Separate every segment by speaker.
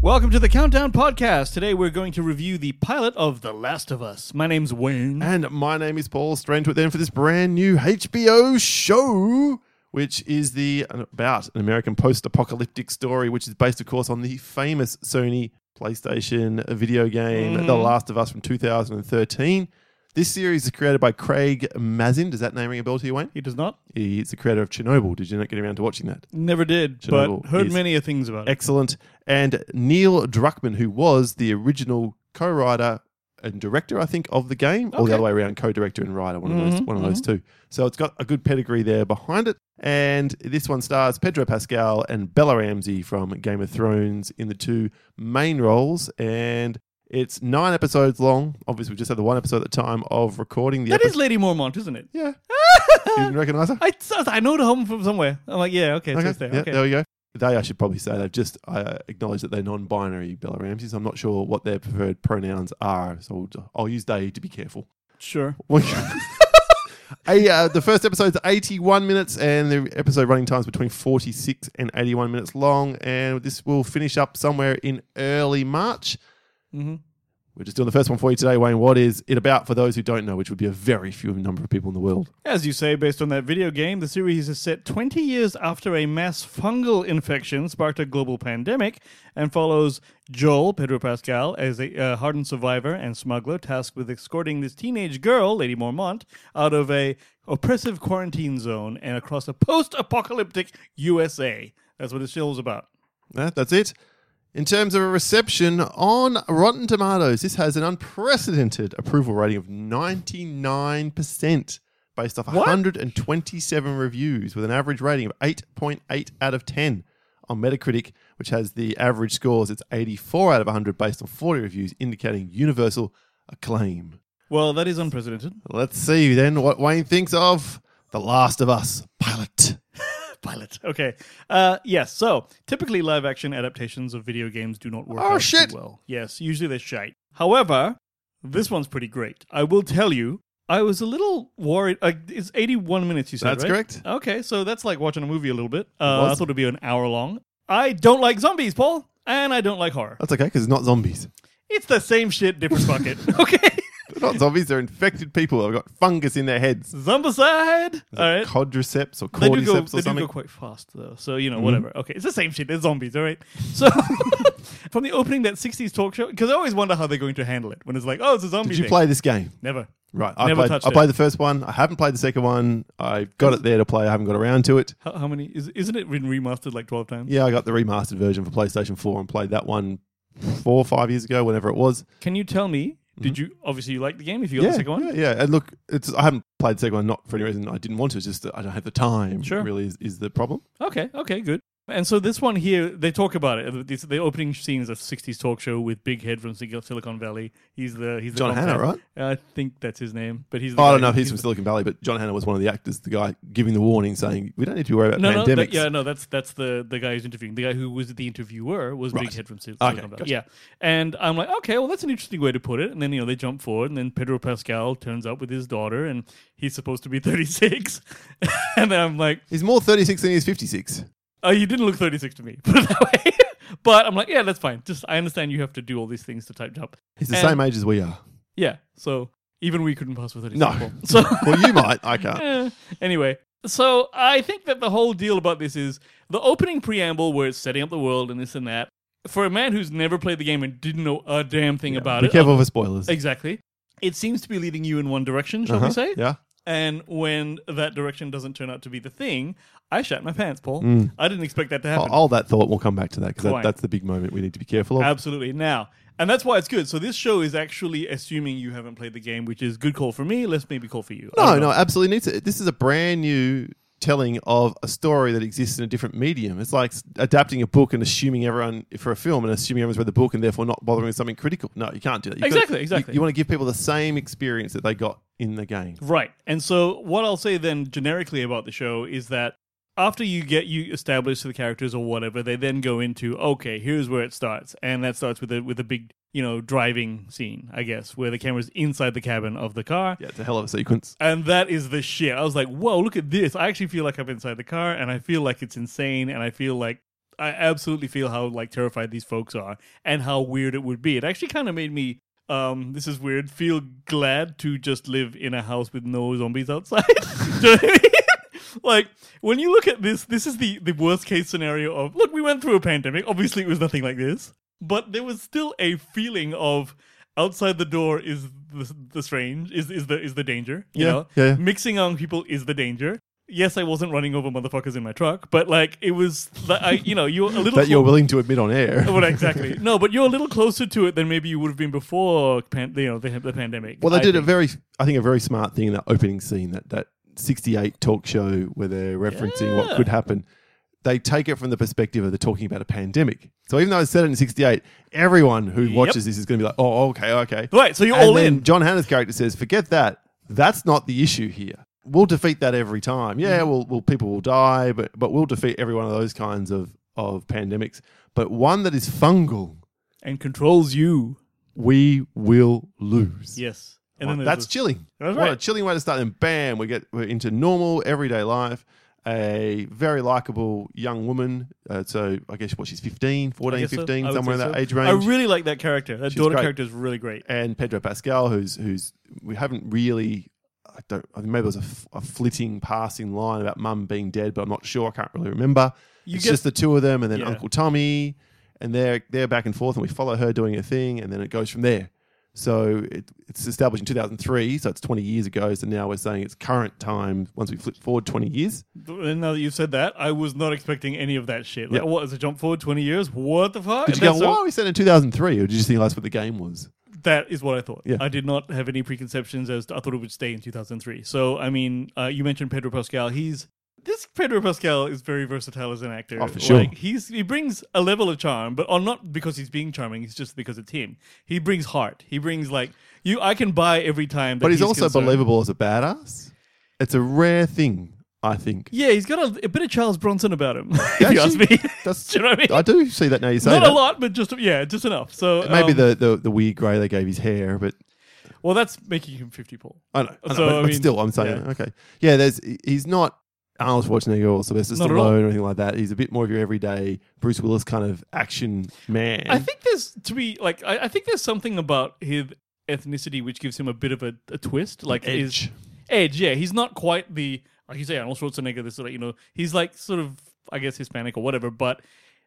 Speaker 1: Welcome to the Countdown Podcast. Today we're going to review the pilot of The Last of Us. My name's Wayne.
Speaker 2: And my name is Paul. Strange with them for this brand new HBO show, which is the uh, about an American post-apocalyptic story, which is based, of course, on the famous Sony PlayStation video game The Last of Us from 2013. This series is created by Craig Mazin. Does that name ring a bell to you, Wayne?
Speaker 1: He does not.
Speaker 2: He's the creator of Chernobyl. Did you not get around to watching that?
Speaker 1: Never did,
Speaker 2: Chernobyl
Speaker 1: but heard
Speaker 2: is
Speaker 1: many things about it.
Speaker 2: Excellent. And Neil Druckmann, who was the original co-writer and director, I think, of the game, or
Speaker 1: Okay. Mm-hmm,
Speaker 2: the other way around, co-director and writer, one of those, one of those two. So it's got a good pedigree there behind it. And this one stars Pedro Pascal and Bella Ramsey from Game of Thrones in the two main roles. And it's nine episodes long. Obviously, we just had the one episode at the time of recording the
Speaker 1: That is
Speaker 2: episode.
Speaker 1: Lady Mormont, isn't it?
Speaker 2: yeah. you didn't recognize her?
Speaker 1: I, I know the home from somewhere. I'm like, yeah, okay, it's just there.
Speaker 2: yeah,
Speaker 1: okay.
Speaker 2: there we go. They, I should probably say, they've just uh, acknowledged that they're non-binary Bella Ramses. I'm not sure what their preferred pronouns are, so I'll, I'll use they to be careful.
Speaker 1: Sure.
Speaker 2: A, uh, the first episode's 81 minutes, and the episode running time's between 46 and 81 minutes long. And this will finish up somewhere in early March.
Speaker 1: Mhm.
Speaker 2: We're just doing the first one for you today, Wayne. What is it about for those who don't know, which would be a very few number of people in the world?
Speaker 1: As you say, based on that video game, the series is set 20 years after a mass fungal infection sparked a global pandemic and follows Joel, Pedro Pascal, as a uh, hardened survivor and smuggler tasked with escorting this teenage girl, Lady Mormont, out of a oppressive quarantine zone and across a post-apocalyptic USA. That's what the show's about.
Speaker 2: No, that's it. In terms of a reception on Rotten Tomatoes, this has an unprecedented approval rating of 99% based off 127 reviews with an average rating of 8.8 out of 10 on Metacritic, which has the average scores. It's 84 out of 100 based on 40 reviews, indicating universal acclaim.
Speaker 1: Well, that is unprecedented.
Speaker 2: Let's see then what Wayne thinks of The Last of Us pilot.
Speaker 1: Pilot. Okay. Uh, yes. So typically, live action adaptations of video games do not work out
Speaker 2: Oh,
Speaker 1: too
Speaker 2: shit.
Speaker 1: well. Yes. Usually they're shite. However, this one's pretty great. I will tell you. I was a little worried. Uh, it's 81 minutes. You said
Speaker 2: That's
Speaker 1: right?
Speaker 2: correct.
Speaker 1: Okay, so that's like watching a movie a little bit. Uh, I
Speaker 2: was.
Speaker 1: thought it'd be an hour long. I don't like zombies, Paul, and I don't like horror.
Speaker 2: That's okay because it's not zombies.
Speaker 1: It's the same shit, different bucket. Okay.
Speaker 2: They're not zombies, they're infected people. They've got fungus in their heads.
Speaker 1: Zombicide. All right.
Speaker 2: Quadriceps or
Speaker 1: They do go.
Speaker 2: cordyceps or
Speaker 1: They do
Speaker 2: something. Mm-hmm.
Speaker 1: go quite fast though. So you know, whatever. Okay, it's the same shit. They're zombies, all right. So from the opening that '60s talk show, because I always wonder how they're going to handle it when it's like, oh, it's a zombie.
Speaker 2: Did you
Speaker 1: thing.
Speaker 2: play this game?
Speaker 1: Never.
Speaker 2: Right, I
Speaker 1: Never
Speaker 2: played.
Speaker 1: touched
Speaker 2: I
Speaker 1: it.
Speaker 2: played the first one. I haven't played the second one. I got it there to play. I haven't got around to it.
Speaker 1: How, how many? Is, isn't it been remastered like 12 times?
Speaker 2: Yeah, I got the remastered version for PlayStation Four and played that one four or five years ago, whenever it was.
Speaker 1: Can you tell me? Did you obviously you like the game? If you got
Speaker 2: Mm-hmm. yeah,
Speaker 1: the second one,
Speaker 2: yeah, yeah. And look, it's I haven't played the second one not for any reason. I didn't want to. It's just that I don't have the time.
Speaker 1: Sure.
Speaker 2: really is, is the problem.
Speaker 1: Okay, okay, good. And so this one here, they talk about it. It's the opening scenes of '60s talk show with Big Head from Sil- Silicon Valley. He's the he's the
Speaker 2: John
Speaker 1: contact.
Speaker 2: Hannah, right?
Speaker 1: I think that's his name, but he's. The
Speaker 2: Oh, I don't
Speaker 1: guy-
Speaker 2: know if he's
Speaker 1: the-
Speaker 2: from Silicon Valley, but John Hannah was one of the actors, the guy giving the warning, saying we don't need to worry about
Speaker 1: No, no,
Speaker 2: pandemics.
Speaker 1: that, yeah, no, that's that's the the guy who's interviewing. The guy who was the interviewer was Big
Speaker 2: Right.
Speaker 1: Head from Sil-
Speaker 2: Okay,
Speaker 1: Silicon Valley.
Speaker 2: gotcha.
Speaker 1: Yeah, and I'm like, okay, well, that's an interesting way to put it. And then you know they jump forward, and then Pedro Pascal turns up with his daughter, and he's supposed to be 36, and I'm like,
Speaker 2: He's more thirty six than he is fifty six.
Speaker 1: oh, you didn't look 36 to me, put it that way. but I'm like, yeah, that's fine. Just I understand you have to do all these things to type jump.
Speaker 2: He's the
Speaker 1: And-
Speaker 2: same age as we are.
Speaker 1: Yeah, so even we couldn't pass with 36.
Speaker 2: No.
Speaker 1: Paul. so
Speaker 2: Well, you might. I can't.
Speaker 1: Eh, anyway, so I think that the whole deal about this is the opening preamble where it's setting up the world and this and that. For a man who's never played the game and didn't know a damn thing about
Speaker 2: Be
Speaker 1: it,
Speaker 2: careful for spoilers.
Speaker 1: exactly, it seems to be leading you in one direction, shall
Speaker 2: Uh-huh.
Speaker 1: we say?
Speaker 2: Yeah.
Speaker 1: And when that direction doesn't turn out to be the thing, I shat my pants, Paul.
Speaker 2: Mm.
Speaker 1: I didn't expect that to happen.
Speaker 2: All, all that thought, we'll come back to that because that,
Speaker 1: Quite.
Speaker 2: that's the big moment we need to be careful of.
Speaker 1: Absolutely. Now, and that's why it's good. So this show is actually assuming you haven't played the game, which is good call for me. Let's maybe call for you. I
Speaker 2: no,
Speaker 1: don't know.
Speaker 2: Oh, no, absolutely needs it. This is a brand new telling of a story that exists in a different medium. It's like s- adapting a book and assuming everyone for a film and assuming everyone's read the book and therefore not bothering with something critical. No, you can't do that. You gotta-
Speaker 1: Exactly,
Speaker 2: you-
Speaker 1: exactly.
Speaker 2: You, want to give people the same experience that they got in the game.
Speaker 1: Right. And so what I'll say then generically about the show is that after you get you establish the characters or whatever, they then go into okay, here's where it starts, and that starts with a with a big you know driving scene, I guess, where the camera's inside the cabin of the car.
Speaker 2: Yeah, it's a hell of a sequence.
Speaker 1: And that is the shit. I was like, whoa, look at this. I actually feel like I'm inside the car and I feel like it's insane and I feel like I absolutely feel how like terrified these folks are and how weird it would be. It actually kind of made me um this is weird feel glad to just live in a house with no zombies outside. Do you know what I mean? Like when you look at this, this is the the worst case scenario of look. We went through a pandemic. Obviously, it was nothing like this, but there was still a feeling of outside the door is the, the strange is is the is the danger. You
Speaker 2: Yeah,
Speaker 1: know,
Speaker 2: yeah, yeah.
Speaker 1: mixing on people is the danger. Yes, I wasn't running over motherfuckers in my truck, but like it was, that I you know you're a little
Speaker 2: that you're
Speaker 1: clo-
Speaker 2: willing to admit on air.
Speaker 1: well, exactly. No, but you're a little closer to it than maybe you would have been before, pan- you know, the, the pandemic.
Speaker 2: Well, they
Speaker 1: I
Speaker 2: did a
Speaker 1: think.
Speaker 2: very, I think, a very smart thing in that opening scene, that that '68 talk show where they're referencing
Speaker 1: Yeah.
Speaker 2: what could happen. They take it from the perspective of they're talking about a pandemic. So even though it's set in '68, everyone who watches this is going to be like, "Oh, okay, okay."
Speaker 1: right. So you're
Speaker 2: and
Speaker 1: all
Speaker 2: then
Speaker 1: in.
Speaker 2: John Hannah's character says, "Forget that. That's not the issue here. We'll defeat that every time.
Speaker 1: Mm-hmm.
Speaker 2: Yeah, well, well, people will die, but but we'll defeat every one of those kinds of of pandemics. But one that is fungal,
Speaker 1: and controls you.
Speaker 2: we will lose.
Speaker 1: Yes. And
Speaker 2: And
Speaker 1: then that's
Speaker 2: that's chilling.
Speaker 1: That's
Speaker 2: what a
Speaker 1: right.
Speaker 2: chilling way to start. Then bam, we get we're into normal everyday life. A very likable young woman. Uh, so I guess what she's 15, 14, 15, somewhere in that age range.
Speaker 1: I really like that character. That
Speaker 2: She's
Speaker 1: daughter
Speaker 2: great.
Speaker 1: character is really great.
Speaker 2: and Pedro Pascal, who's who's we haven't really. I don't. I think maybe there was a, f- a flitting passing line about mum being dead, but I'm not sure. I can't really remember.
Speaker 1: You
Speaker 2: it's
Speaker 1: get-
Speaker 2: just the two of them, and then
Speaker 1: Yeah.
Speaker 2: Uncle Tommy, and they're they're back and forth, and we follow her doing her thing, and then it goes from there. So it, it's established in 2003, so it's 20 years ago. So now we're saying it's current time. Once we flip forward 20 years,
Speaker 1: And now that you've said that, I was not expecting any of that shit. Like,
Speaker 2: Yeah.
Speaker 1: what is a jump forward twenty years? What the fuck?
Speaker 2: did
Speaker 1: And
Speaker 2: you go?
Speaker 1: that's
Speaker 2: Why
Speaker 1: so-
Speaker 2: are we set in 2003? Or did you just think that's what the game was?
Speaker 1: That is what I thought.
Speaker 2: Yeah.
Speaker 1: I did not have any preconceptions as to, I thought it would stay in 2003. So, I mean, uh, you mentioned Pedro Pascal. He's this Pedro Pascal is very versatile as an actor.
Speaker 2: Oh, for sure.
Speaker 1: Like, he's he brings a level of charm, but on not because he's being charming. It's just because it's him. He brings heart. He brings like you. I can buy every time. That
Speaker 2: But he's, also
Speaker 1: concerned.
Speaker 2: believable as a badass. It's a rare thing, I think.
Speaker 1: Yeah, he's got a, a bit of Charles Bronson about him. if you ask
Speaker 2: Actually,
Speaker 1: me,
Speaker 2: That's,
Speaker 1: Do you know what I mean?
Speaker 2: do see that now you say
Speaker 1: not
Speaker 2: that.
Speaker 1: a lot, but just yeah, just enough. So
Speaker 2: Maybe
Speaker 1: um,
Speaker 2: the, the, the weird grey they gave his hair, but
Speaker 1: well, that's making him 50 Paul.
Speaker 2: I don't know. I don't
Speaker 1: So,
Speaker 2: know,
Speaker 1: I
Speaker 2: but
Speaker 1: mean,
Speaker 2: still, I'm saying,
Speaker 1: yeah.
Speaker 2: okay. Yeah, there's he's not Arnold Schwarzenegger or Sylvester
Speaker 1: Not at all.
Speaker 2: Stallone or anything like that. He's a bit more of your everyday Bruce Willis kind of action man.
Speaker 1: I think there's to be like I, I think there's something about his ethnicity which gives him a bit of a, a twist, like his
Speaker 2: Edge.
Speaker 1: edge. Yeah, he's not quite the like you say Arnold Schwarzenegger. This sort of you know he's like sort of I guess Hispanic or whatever, but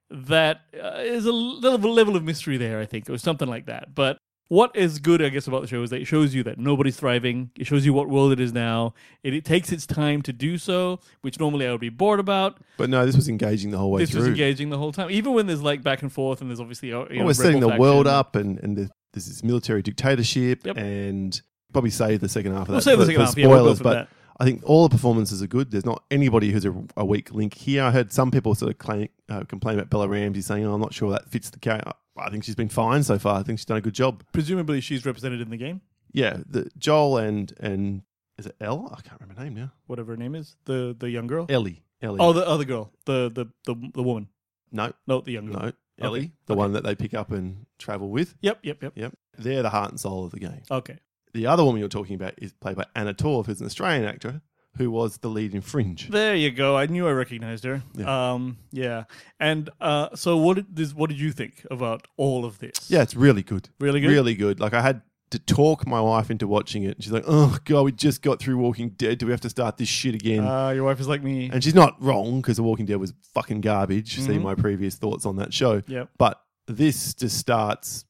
Speaker 1: that uh, is a level level of mystery there. I think or something like that. But what is good, I guess, about the show is that it shows you that nobody's thriving. It shows you what world it is now. It, it takes its time to do so, which normally I would be bored about.
Speaker 2: But no, this was engaging the whole way
Speaker 1: This
Speaker 2: through.
Speaker 1: was engaging the whole time, even when there's like back and forth, and there's obviously uh, you know,
Speaker 2: Well, we're setting the
Speaker 1: rebel
Speaker 2: world
Speaker 1: faction.
Speaker 2: up and, and the, there's this military dictatorship
Speaker 1: Yep.
Speaker 2: and probably save the second half of that.
Speaker 1: We'll save the
Speaker 2: for-
Speaker 1: second
Speaker 2: for
Speaker 1: half, yeah, we'll go
Speaker 2: spoilers,
Speaker 1: for
Speaker 2: but
Speaker 1: that.
Speaker 2: I think all the performances are good. There's not anybody who's a, a weak link here. I heard some people sort of claim, uh, complain about Bella Ramsey saying, oh, I'm not sure that fits the character. I think she's been fine so far. I think she's done a good job.
Speaker 1: Presumably, she's represented in the game,
Speaker 2: Yeah, the, Joel and, and is it Elle? I can't remember her name now.
Speaker 1: whatever her name is, the the young girl.
Speaker 2: Ellie. Ellie.
Speaker 1: Oh, the other girl, the the the, the woman,
Speaker 2: no,
Speaker 1: no, the young girl.
Speaker 2: no. Ellie, the one that they pick up and travel with.
Speaker 1: Yep, yep, yep.
Speaker 2: Yep. They're the heart and soul of the game.
Speaker 1: Okay,
Speaker 2: The other woman you're talking about is played by Anna Torv, who's an Australian actor who was the lead in Fringe.
Speaker 1: there you go. I knew I recognized her.
Speaker 2: Yeah.
Speaker 1: Um, yeah. And uh, so what did this, what did you think about all of this?
Speaker 2: Yeah, it's really good.
Speaker 1: Really good?
Speaker 2: Really good. Like I had to talk my wife into watching it. She's like, "Oh god, we just got through Walking Dead. Do we have to start this shit again?"
Speaker 1: Uh, your wife is like me.
Speaker 2: and she's not wrong because The Walking Dead was fucking garbage. See
Speaker 1: Mhm.
Speaker 2: my previous thoughts on that show.
Speaker 1: Yep.
Speaker 2: But this just starts,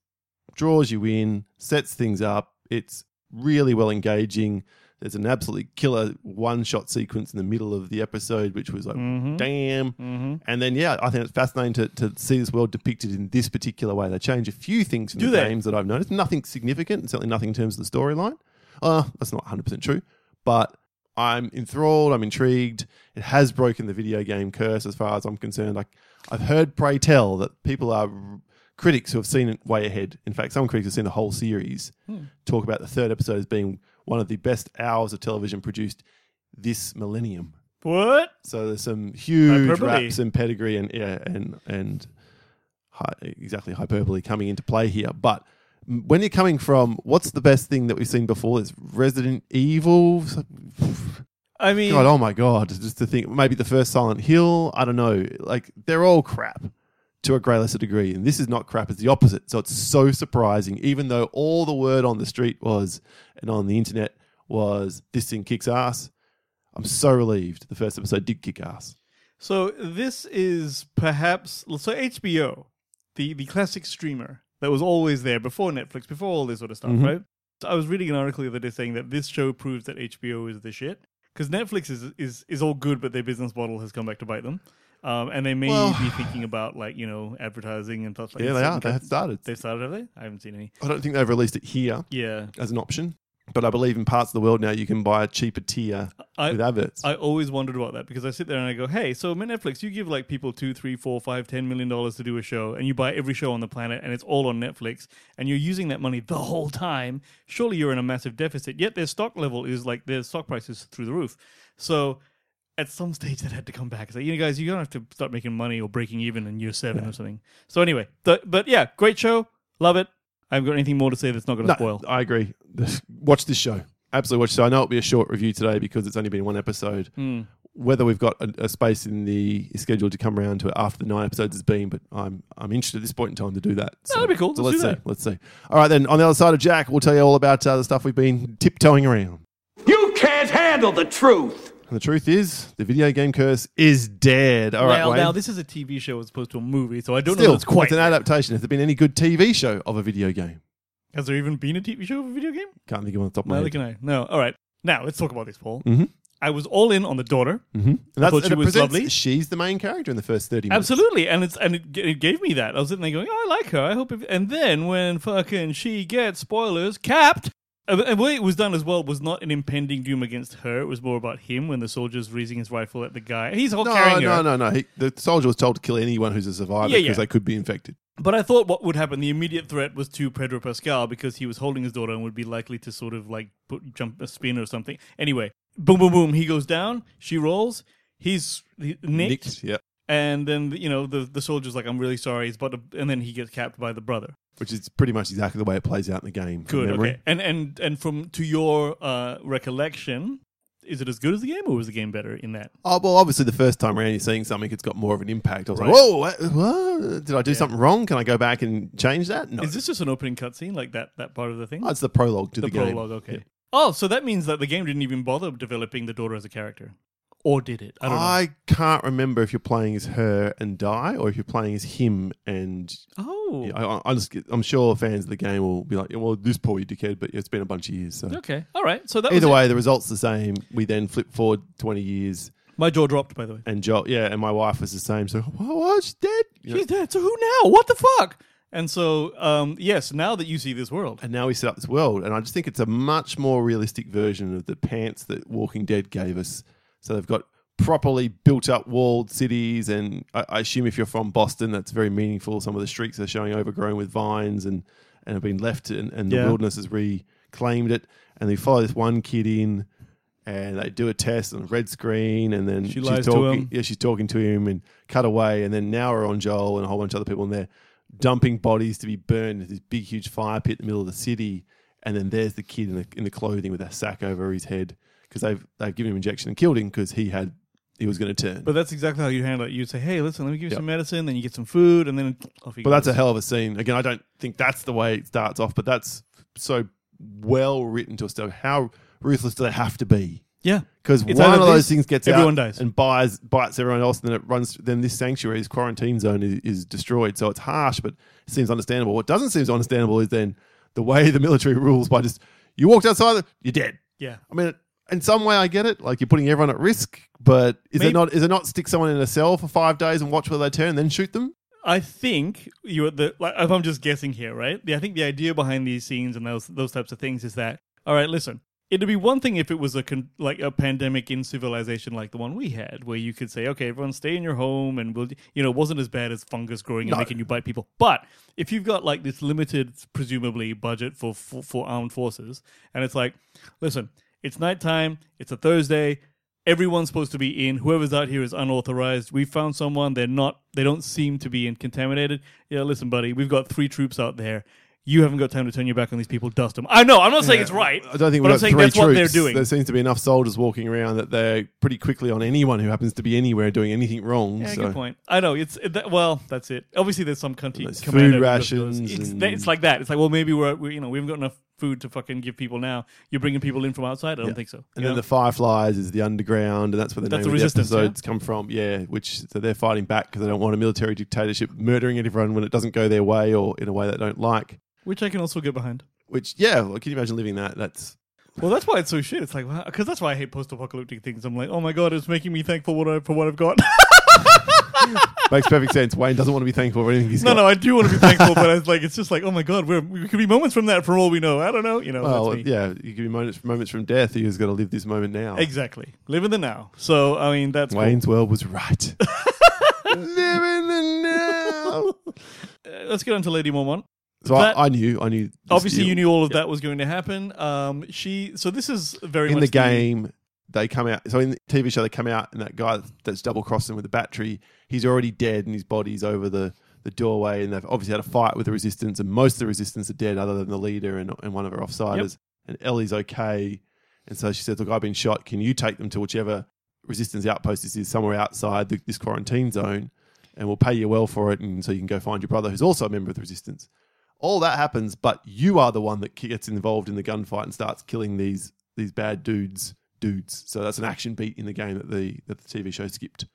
Speaker 2: draws you in, sets things up. It's really well engaging. There's an absolutely killer one shot sequence in the middle of the episode, which was like,
Speaker 1: Mhm.
Speaker 2: damn.
Speaker 1: Mhm.
Speaker 2: And then, yeah, I think it's fascinating to, to see this world depicted in this particular way. They change a few things in
Speaker 1: Do
Speaker 2: the
Speaker 1: they?
Speaker 2: games that I've noticed. Nothing significant, and certainly nothing in terms of the storyline. Uh, that's not 100% true, but I'm enthralled. I'm intrigued. It has broken the video game curse as far as I'm concerned. Like, I've heard Pray Tell that people are critics who have seen it way ahead. In fact, some critics have seen the whole series
Speaker 1: Hmm.
Speaker 2: talk about the third episode as being one of the best hours of television produced this millennium.
Speaker 1: What?
Speaker 2: So there's some huge
Speaker 1: Hyperbole.
Speaker 2: raps and pedigree and yeah, and and hy- exactly hyperbole coming into play here. But m- when you're coming from what's the best thing that we've seen before? It's Resident Evil.
Speaker 1: I mean,
Speaker 2: God, oh my God. Just to think, maybe the first Silent Hill, I don't know. Like, they're all crap to a great lesser degree. And this is not crap, it's the opposite. So it's so surprising, even though all the word on the street was and on the internet was this thing kicks ass. I'm so relieved the first episode did kick ass.
Speaker 1: so this is perhaps so HBO, the the classic streamer that was always there before Netflix, before all this sort of stuff,
Speaker 2: Mhm.
Speaker 1: right? So I was reading an article the other day saying that this show proves that HBO is the shit because Netflix is is is all good, but their business model has come back to bite them. Um, and they may
Speaker 2: Well-
Speaker 1: be thinking about like you know advertising and stuff like
Speaker 2: Yeah,
Speaker 1: that.
Speaker 2: they
Speaker 1: Certain
Speaker 2: are. They
Speaker 1: countries-
Speaker 2: have started.
Speaker 1: They've started, have they? I haven't seen any.
Speaker 2: I don't think they've released it here
Speaker 1: Yeah,
Speaker 2: as an option, but I believe in parts of the world now you can buy a cheaper tier
Speaker 1: I,
Speaker 2: with adverts.
Speaker 1: I always wondered about that because I sit there and I go, hey, so Netflix, you give like people two, three, four, five, ten million dollars to do a show, and you buy every show on the planet, and it's all on Netflix, and you're using that money the whole time. Surely you're in a massive deficit. Yet their stock level is like their stock price is through the roof. So at some stage that had to come back. It's like, you guys, you're gonna have to start making money or breaking even in year seven or something. So anyway, th- but yeah, great show, love it. I've got anything more to say that's not gonna
Speaker 2: No,
Speaker 1: spoil.
Speaker 2: I agree. watch this show. Absolutely watch. So I know it'll be a short review today because it's only been one episode.
Speaker 1: Hmm.
Speaker 2: Whether we've got a, a space in the schedule to come around to it after the nine episodes has been, but I'm I'm interested at this point in time to do that. So,
Speaker 1: that'd be cool.
Speaker 2: So
Speaker 1: Let's
Speaker 2: let's,
Speaker 1: do
Speaker 2: see.
Speaker 1: that.
Speaker 2: Let's see. All right, then on the other side of Jack, we'll tell you all about uh, the stuff we've been tiptoeing around.
Speaker 3: You can't handle the truth.
Speaker 2: And the truth is, the video game curse is dead. All right,
Speaker 1: now,
Speaker 2: Wayne.
Speaker 1: now this is a TV show as opposed to a movie, so I don't know.
Speaker 2: Still,
Speaker 1: That's quite.
Speaker 2: an adaptation. Has there been any good TV show of a video game?
Speaker 1: Has there even been a TV show of a video game?
Speaker 2: Can't think of one off the top of my
Speaker 1: Neither
Speaker 2: head.
Speaker 1: can I. No. All right. Now let's talk about this, Paul.
Speaker 2: Mhm.
Speaker 1: I was all in on the daughter.
Speaker 2: Mm-hmm. And that's,
Speaker 1: thought
Speaker 2: and
Speaker 1: she
Speaker 2: it
Speaker 1: was
Speaker 2: presents-
Speaker 1: lovely.
Speaker 2: She's the main character in the first 30 minutes.
Speaker 1: Absolutely, and it's and it, g- it gave me that. I was sitting there going, oh, "I like her. I hope." If, and then when fucking she gets spoilers capped, uh, and the way it was done as well was not an impending doom against her. It was more about him when the soldier's raising his rifle at the guy. He's all
Speaker 2: No,
Speaker 1: carrying her.
Speaker 2: no, no, no. He, the soldier was told to kill anyone who's a survivor
Speaker 1: Yeah,
Speaker 2: because
Speaker 1: yeah.
Speaker 2: they could be infected.
Speaker 1: But I thought what would happen, the immediate threat was to Pedro Pascal because he was holding his daughter and would be likely to sort of like put, jump a spin or something. Anyway, boom, boom, boom. He goes down. She rolls. He's he, nicked.
Speaker 2: Nicked, yeah.
Speaker 1: And then, you know, the, the soldier's like, I'm really sorry. He's about to, and then he gets capped by the brother.
Speaker 2: Which is pretty much exactly the way it plays out in the game. from
Speaker 1: Good.
Speaker 2: memory.
Speaker 1: Okay. And, and, and from, to your uh, recollection, is it as good as the game or was the game better in that?
Speaker 2: Oh, well, obviously, the first time around, you're seeing something, it's got more of an impact. I was
Speaker 1: Right.
Speaker 2: like, whoa, what, what? did I do something wrong? Can I go back and change that? No.
Speaker 1: Is this just an opening cutscene, like that, that part of the thing?
Speaker 2: Oh, it's the prologue to the,
Speaker 1: the,
Speaker 2: game.
Speaker 1: prologue. Okay. Oh, so that means that the game didn't even bother developing the daughter as a character, or did it? I don't
Speaker 2: I can't remember if you're playing as her and die, or if you're playing as him and
Speaker 1: know. Oh,
Speaker 2: Yeah, I, I just, get- I'm sure fans of the game will be like, "Yeah, well, this poor you dickhead, but it's been a bunch of years. So
Speaker 1: okay. All right. So that
Speaker 2: either
Speaker 1: was
Speaker 2: way, the result's the same. We then flip forward 20 years,
Speaker 1: It. My jaw dropped, by the way.
Speaker 2: and Joel, yeah, and my wife was the same. So, what? what she's dead. You know,
Speaker 1: She's dead. So who now? What the fuck? And so, um, yes, now that you see this world,
Speaker 2: and now we set up this world, and I just think it's a much more realistic version of the pants that Walking Dead gave us. So they've got properly built up walled cities, and I, I assume if you're from Boston, that's very meaningful. Some of the streets are showing overgrown with vines and and have been left, and, and
Speaker 1: Yeah.
Speaker 2: the wilderness has reclaimed it. And they follow this one kid in, and they do a test on a red screen, and then
Speaker 1: She
Speaker 2: she's
Speaker 1: lies to
Speaker 2: talking,
Speaker 1: him.
Speaker 2: yeah, she's talking to him and cut away, and then now we're on Joel and a whole bunch of other people, and they're dumping bodies to be burned in this big, huge fire pit in the middle of the city. And then there's the kid in the, in the clothing with a sack over his head because they've they've given him injection and killed him because he had he was going to turn.
Speaker 1: but
Speaker 2: But,
Speaker 1: that's exactly how you handle it. You say, "Hey, listen, let me give you
Speaker 2: Yeah.
Speaker 1: some medicine." Then you get some food, and then off you go.
Speaker 2: that's a hell of a scene. Again, I don't think that's the way it starts off, but that's so well written to us. So how ruthless do they have to be?
Speaker 1: yeah.
Speaker 2: Because
Speaker 1: It's
Speaker 2: one
Speaker 1: either
Speaker 2: of
Speaker 1: this,
Speaker 2: those things gets
Speaker 1: everyone
Speaker 2: out
Speaker 1: dies.
Speaker 2: and buys bites everyone else, and then it runs. Then this sanctuary's quarantine zone is, is destroyed. So it's harsh, but it seems understandable. What doesn't seem understandable is then the way the military rules by just you walked outside, you're dead.
Speaker 1: Yeah.
Speaker 2: I mean, in some way, I get it. Like you're putting everyone at risk, but is
Speaker 1: Maybe-
Speaker 2: it not? Is it not stick someone in a cell for five days and watch where they turn, then shoot them?
Speaker 1: I think you at the like if I'm just guessing here, right? The, I think the idea behind these scenes and those those types of things is that all right, listen, it'd be one thing if it was a con- like a pandemic in civilization like the one we had, where you could say, okay, everyone stay in your home, and we'll you know it wasn't as bad as fungus growing and
Speaker 2: No.
Speaker 1: making you bite people. But if you've got like this limited, presumably budget for for, for armed forces, and it's like, listen, it's nighttime, it's a Thursday. Everyone's supposed to be in. Whoever's out here is unauthorized. We found someone. They're not. They don't seem to be in contaminated. Yeah, listen, buddy. We've got three troops out there. you haven't got time to turn your back on these people. Dust them. I know. I'm not saying it's right.
Speaker 2: I don't think
Speaker 1: but
Speaker 2: we've
Speaker 1: I'm
Speaker 2: got three
Speaker 1: saying that's
Speaker 2: troops.
Speaker 1: what they're doing.
Speaker 2: There seems to be enough soldiers walking around that they're pretty quickly on anyone who happens to be anywhere doing anything wrong.
Speaker 1: Yeah,
Speaker 2: so.
Speaker 1: good point. I know it's it, that, well, that's it. Obviously, there's some country
Speaker 2: There's
Speaker 1: commander
Speaker 2: food
Speaker 1: who just
Speaker 2: rations
Speaker 1: goes, It's,
Speaker 2: and-
Speaker 1: that- it's like that. It's like well, maybe we're, we you know we haven't got enough food to fucking give people now. You're bringing people in from outside. I don't think so.
Speaker 2: And
Speaker 1: you
Speaker 2: then
Speaker 1: know?
Speaker 2: the Fireflies is the underground, and that's where the
Speaker 1: That's the
Speaker 2: name of the
Speaker 1: resistance, yeah.
Speaker 2: episodes come from. Yeah, which so they're fighting back because they don't want a military dictatorship murdering everyone when it doesn't go their way or in a way they don't like.
Speaker 1: Which I can also get behind.
Speaker 2: Which yeah, well, can you imagine living that? That's
Speaker 1: Well, that's why it's so shit. It's like because that's why I hate post-apocalyptic things. I'm like, oh my god, it's making me thankful what I, for what I've got.
Speaker 2: makes perfect sense. Wayne doesn't want to be thankful for anything he's
Speaker 1: no,
Speaker 2: got.
Speaker 1: no, I do want to be thankful, but it's like it's just like oh my god, we're, we could be moments from that for all we know. I don't know. You know.
Speaker 2: well,
Speaker 1: that's me.
Speaker 2: yeah, you give me moments, moments from death. He has got to live this moment now.
Speaker 1: Exactly. Live in the now. So I mean, that's cool.
Speaker 2: Wayne's world was right. live in the now.
Speaker 1: Uh, Let's get on to Lady Mormont.
Speaker 2: So
Speaker 1: That-
Speaker 2: I, I knew, I knew. this
Speaker 1: obviously
Speaker 2: deal.
Speaker 1: you knew all of that was going to happen um she so this is very
Speaker 2: in
Speaker 1: much
Speaker 2: the game they come out so in the tv show they come out and that guy that's double crossed them with the battery he's already dead and his body's over the the doorway and they've obviously had a fight with the resistance and most of the resistance are dead other than the leader and, and one of her offsiders and ellie's okay and so she says look i've been shot can you take them to whichever resistance outpost this is somewhere outside the, this quarantine zone and we'll pay you well for it and so you can go find your brother who's also a member of the resistance all that happens, but you are the one that gets involved in the gunfight and starts killing these these bad dudes dudes. So that's an action beat in the game that the that the TV show skipped.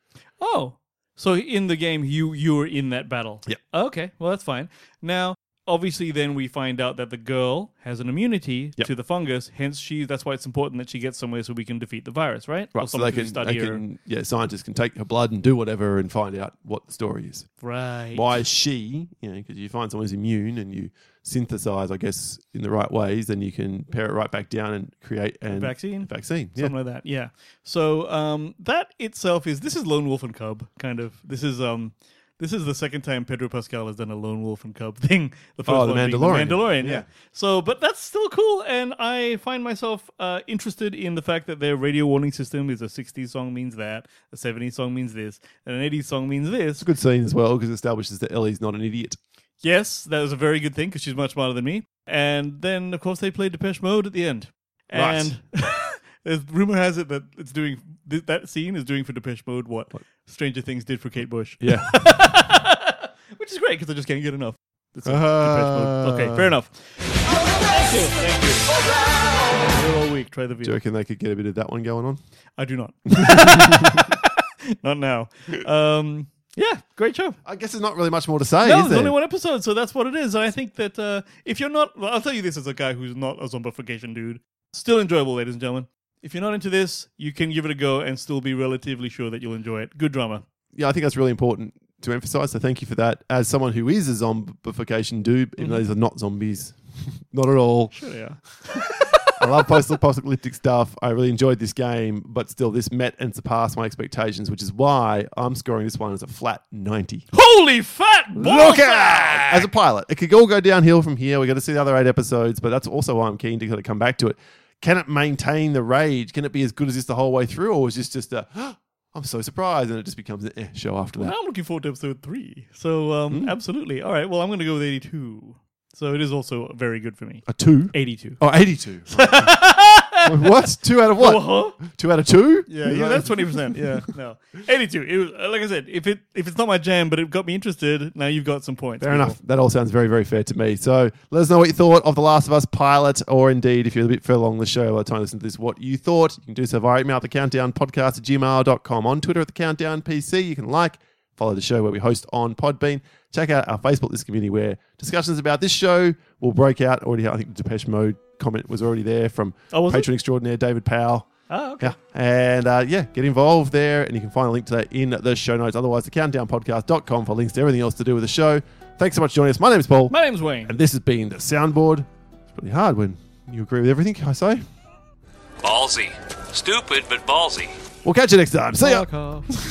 Speaker 1: oh so in the game you you were in that battle
Speaker 2: Yep.
Speaker 1: okay well that's fine now obviously then we find out that the girl has an immunity
Speaker 2: Yep.
Speaker 1: to the fungus hence she that's why it's important that she gets somewhere so we can defeat the virus right Or
Speaker 2: so
Speaker 1: someone
Speaker 2: they
Speaker 1: to
Speaker 2: can,
Speaker 1: study
Speaker 2: they
Speaker 1: her.
Speaker 2: can yeah, scientists can take her blood and do whatever and find out what the story is.
Speaker 1: right
Speaker 2: Why is she? You know, because you find someone who's immune and you synthesize, I guess, in the right ways, then you can pare it right back down and create an
Speaker 1: vaccine?
Speaker 2: Vaccine, yeah.
Speaker 1: something like that yeah so um that itself is this is lone wolf and cub kind of this is um this is the second time Pedro Pascal has done a lone wolf and cub thing. The first
Speaker 2: Oh, The
Speaker 1: one being
Speaker 2: Mandalorian.
Speaker 1: The Mandalorian, yeah.
Speaker 2: Yeah.
Speaker 1: So, but that's still cool, and I find myself uh, interested in the fact that their radio warning system is a '60s song means that, a '70s song means this, and an '80s song means this.
Speaker 2: Good scene as well because it establishes that Ellie's not an idiot.
Speaker 1: Yes, that was a very good thing because she's much smarter than me. And then, of course, they played Depeche Mode at the end.
Speaker 2: Right.
Speaker 1: And there's rumor has it that it's doing th- that scene is doing for Depeche Mode what, Stranger Things did for Kate Bush,
Speaker 2: Yeah.
Speaker 1: which is great because I just can't get enough. It's a
Speaker 2: Ah.
Speaker 1: Depeche Mode. Okay, fair enough. Thank you. Thank you. We're all weak. Try the
Speaker 2: Do you
Speaker 1: video.
Speaker 2: reckon they could get a bit of that one going on?
Speaker 1: I do not. not now. Um, yeah, great show.
Speaker 2: I guess there's not really much more to say,
Speaker 1: No,
Speaker 2: is
Speaker 1: there's
Speaker 2: there?
Speaker 1: only one episode, so that's what it is. And I think that uh, if you're not, well, I'll tell you this as a guy who's not a zombification dude, still enjoyable, ladies and gentlemen. If you're not into this, you can give it a go and still be relatively sure that you'll enjoy it. Good drama.
Speaker 2: yeah, I think that's really important to emphasize. So thank you for that. As someone who is a zombification dude, even though
Speaker 1: Mm-hmm.
Speaker 2: these are not zombies, not at all.
Speaker 1: Sure, yeah.
Speaker 2: I love post-apocalyptic stuff. I really enjoyed this game, but still, this met and surpassed my expectations, which is why I'm scoring this one as a flat 90.
Speaker 1: Holy fat
Speaker 2: Look
Speaker 1: ballsack!
Speaker 2: at as a pilot, it could all go downhill from here. We got to see the other eight episodes, but that's also why I'm keen to kind of come back to it. Can it maintain the rage? Can it be as good as this the whole way through, or is this just a I'm so surprised, and it just becomes an eh show after that?
Speaker 1: I'm looking forward to episode three. So, um,
Speaker 2: Hmm.
Speaker 1: absolutely. All right, well, I'm going to go with 82. So it is also very good for me.
Speaker 2: A two?
Speaker 1: 82.
Speaker 2: Oh, 82. what? Two out of what?
Speaker 1: Uh-huh.
Speaker 2: Two out of two?
Speaker 1: Yeah, yeah, that's twenty percent. Yeah, no, eighty-two. It was uh, like I said. If it if it's not my jam, but it got me interested, now you've got some points.
Speaker 2: Fair
Speaker 1: people.
Speaker 2: enough. That all sounds very, very fair to me. So let us know what you thought of The Last of Us pilot, or indeed, if you're a bit further along the show by the time you listen to this, what you thought. You can do so via email, the countdown podcast at gmail.com, on Twitter at the countdown PC. You can like, follow the show where we host on Podbean. Check out our Facebook, this community, where discussions about this show will break out. Already, I think the Depeche Mode comment was already there from
Speaker 1: Oh, was it?
Speaker 2: patron extraordinaire David Powell.
Speaker 1: Ah, okay.
Speaker 2: Yeah. And uh, yeah, get involved there. And you can find a link to that in the show notes. Otherwise, the countdownpodcast.com for links to everything else to do with the show. Thanks so much for joining us. My name is Paul.
Speaker 1: My name's Wayne.
Speaker 2: And this has been The Soundboard. It's pretty hard when you agree with everything I say.
Speaker 4: Ballsy. Stupid, but ballsy.
Speaker 2: We'll catch you next time. See ya.
Speaker 1: Fuck off.